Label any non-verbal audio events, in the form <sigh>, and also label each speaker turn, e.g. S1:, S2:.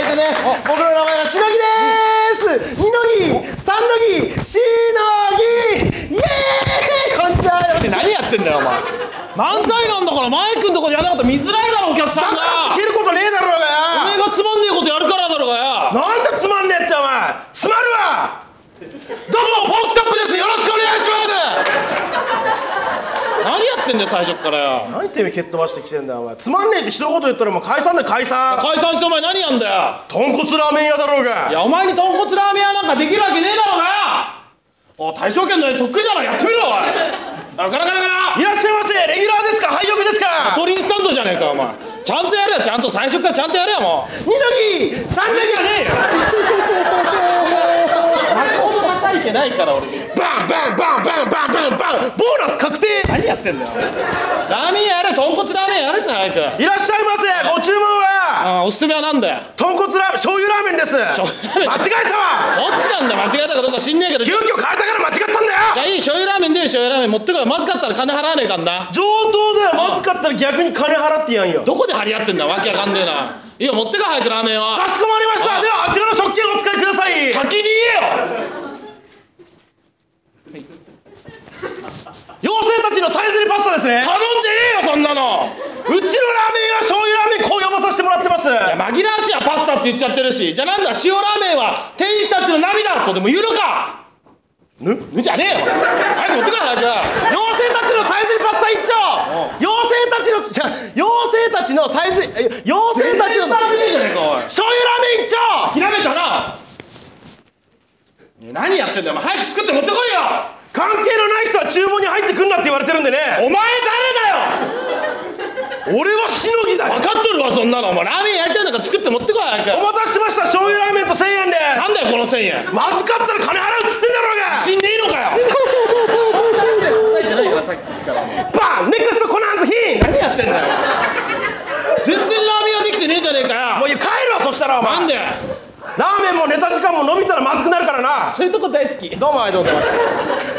S1: 僕の名前はしのぎです二のぎ三のぎしのぎイエーイこんにちはよって何やってんだよお前だ
S2: 漫才なんだからマイクんとこじゃなかったら見づらいだろお客さんが
S1: から切ることねえだろ
S2: お
S1: うが
S2: 前
S1: よ
S2: がつまんねえことやるからだろうがよ
S1: なんだつまんねえってお前つまるわどうもポークタップですよろしくお願いします
S2: 何やってんだよ最初っからよ
S1: 何てめえ蹴っ飛ばしてきてんだよお前つまんねえって一言言ったらもう解散だよ解散
S2: 解散してお前何やんだよ
S1: 豚骨ラーメン屋だろうが
S2: いやお前に豚骨ラーメン屋なんかできるわけねえだろうがおい大正圏のやつそっくりだろやってみろおいあガラガラガラ
S1: いらっしゃいませレギュラーですか配役ですか
S2: ガソリンスタンドじゃねえかお前ちゃんとやれよちゃんと最初からちゃんとやれよもう
S1: 二のぎ三のぎ
S2: じゃねえよほど叩いてないから俺
S1: バンバンバンバンバンバンバンボーナス確定
S2: 何やってんだよラーメン屋やれ豚骨ラーメンやれって早く
S1: いらっしゃいませご注文
S2: あ
S1: は
S2: あおすすめはなんだよ
S1: 豚骨ラーメン醤油ラーメンです
S2: 醤油ラー
S1: 間
S2: メ
S1: 違えたわ
S2: どっちなんだ間違えたかどうか知んねえけど
S1: 急
S2: じ
S1: 遽変えたから間違ったんだ
S2: ゃあ
S1: よ
S2: いい醤油ラーメンでいい醤油ラーメン持ってこいまずかったら金払わねえかんな
S1: 上等だよまずかったら逆に金払ってやんよ
S2: どこで張り合ってんだわけわかんねえないいよ持ってこい早くラーメンを
S1: かしこまりました
S2: あ
S1: ではあちらの食券お使いください
S2: 先に言えよ
S1: 妖精たちのサイズリパスタですね
S2: 頼んでねえよそんなの
S1: うちのラーメンは醤油ラーメンこう呼ばさせてもらってます
S2: いや紛らわしいはパスタって言っちゃってるしじゃあなんだ塩ラーメンは天使たちの涙とでも言うのか
S1: ぬ
S2: 無じゃねえよ早く持ってこい早く
S1: 妖精たちのサイズリパスタ一丁
S2: う
S1: 妖精たちのじゃ妖精たちのサイズリえ妖精たちの醤油
S2: ねえじゃねえかおい
S1: ラーメン一丁
S2: ひらめたないや何やってんだよお前早く作って持ってこいよ
S1: 関係のない人は厨房に入ってくんなって言われてるんでね
S2: お前誰だよ
S1: 俺はしのぎだ
S2: 分
S1: よ
S2: かっとるわそんなのお前ラーメンやりたいんだから作って持ってこい早く
S1: お待たせしました醤油ラーメンと1000円で
S2: なんだよこの1000円
S1: まずかったら金払うっつってんだろうが
S2: 死んでいいのかよ
S1: <laughs> バンネクストコナンズヒン
S2: 何やってんだよ全然ラーメンはできてねえじゃねえか
S1: も
S2: よ
S1: ういい帰るわそしたらお
S2: なんで
S1: 前ラーメンもネタ時間も伸びたらまずくなるからな
S2: そういうとこ大好き
S1: どうもありがとうございました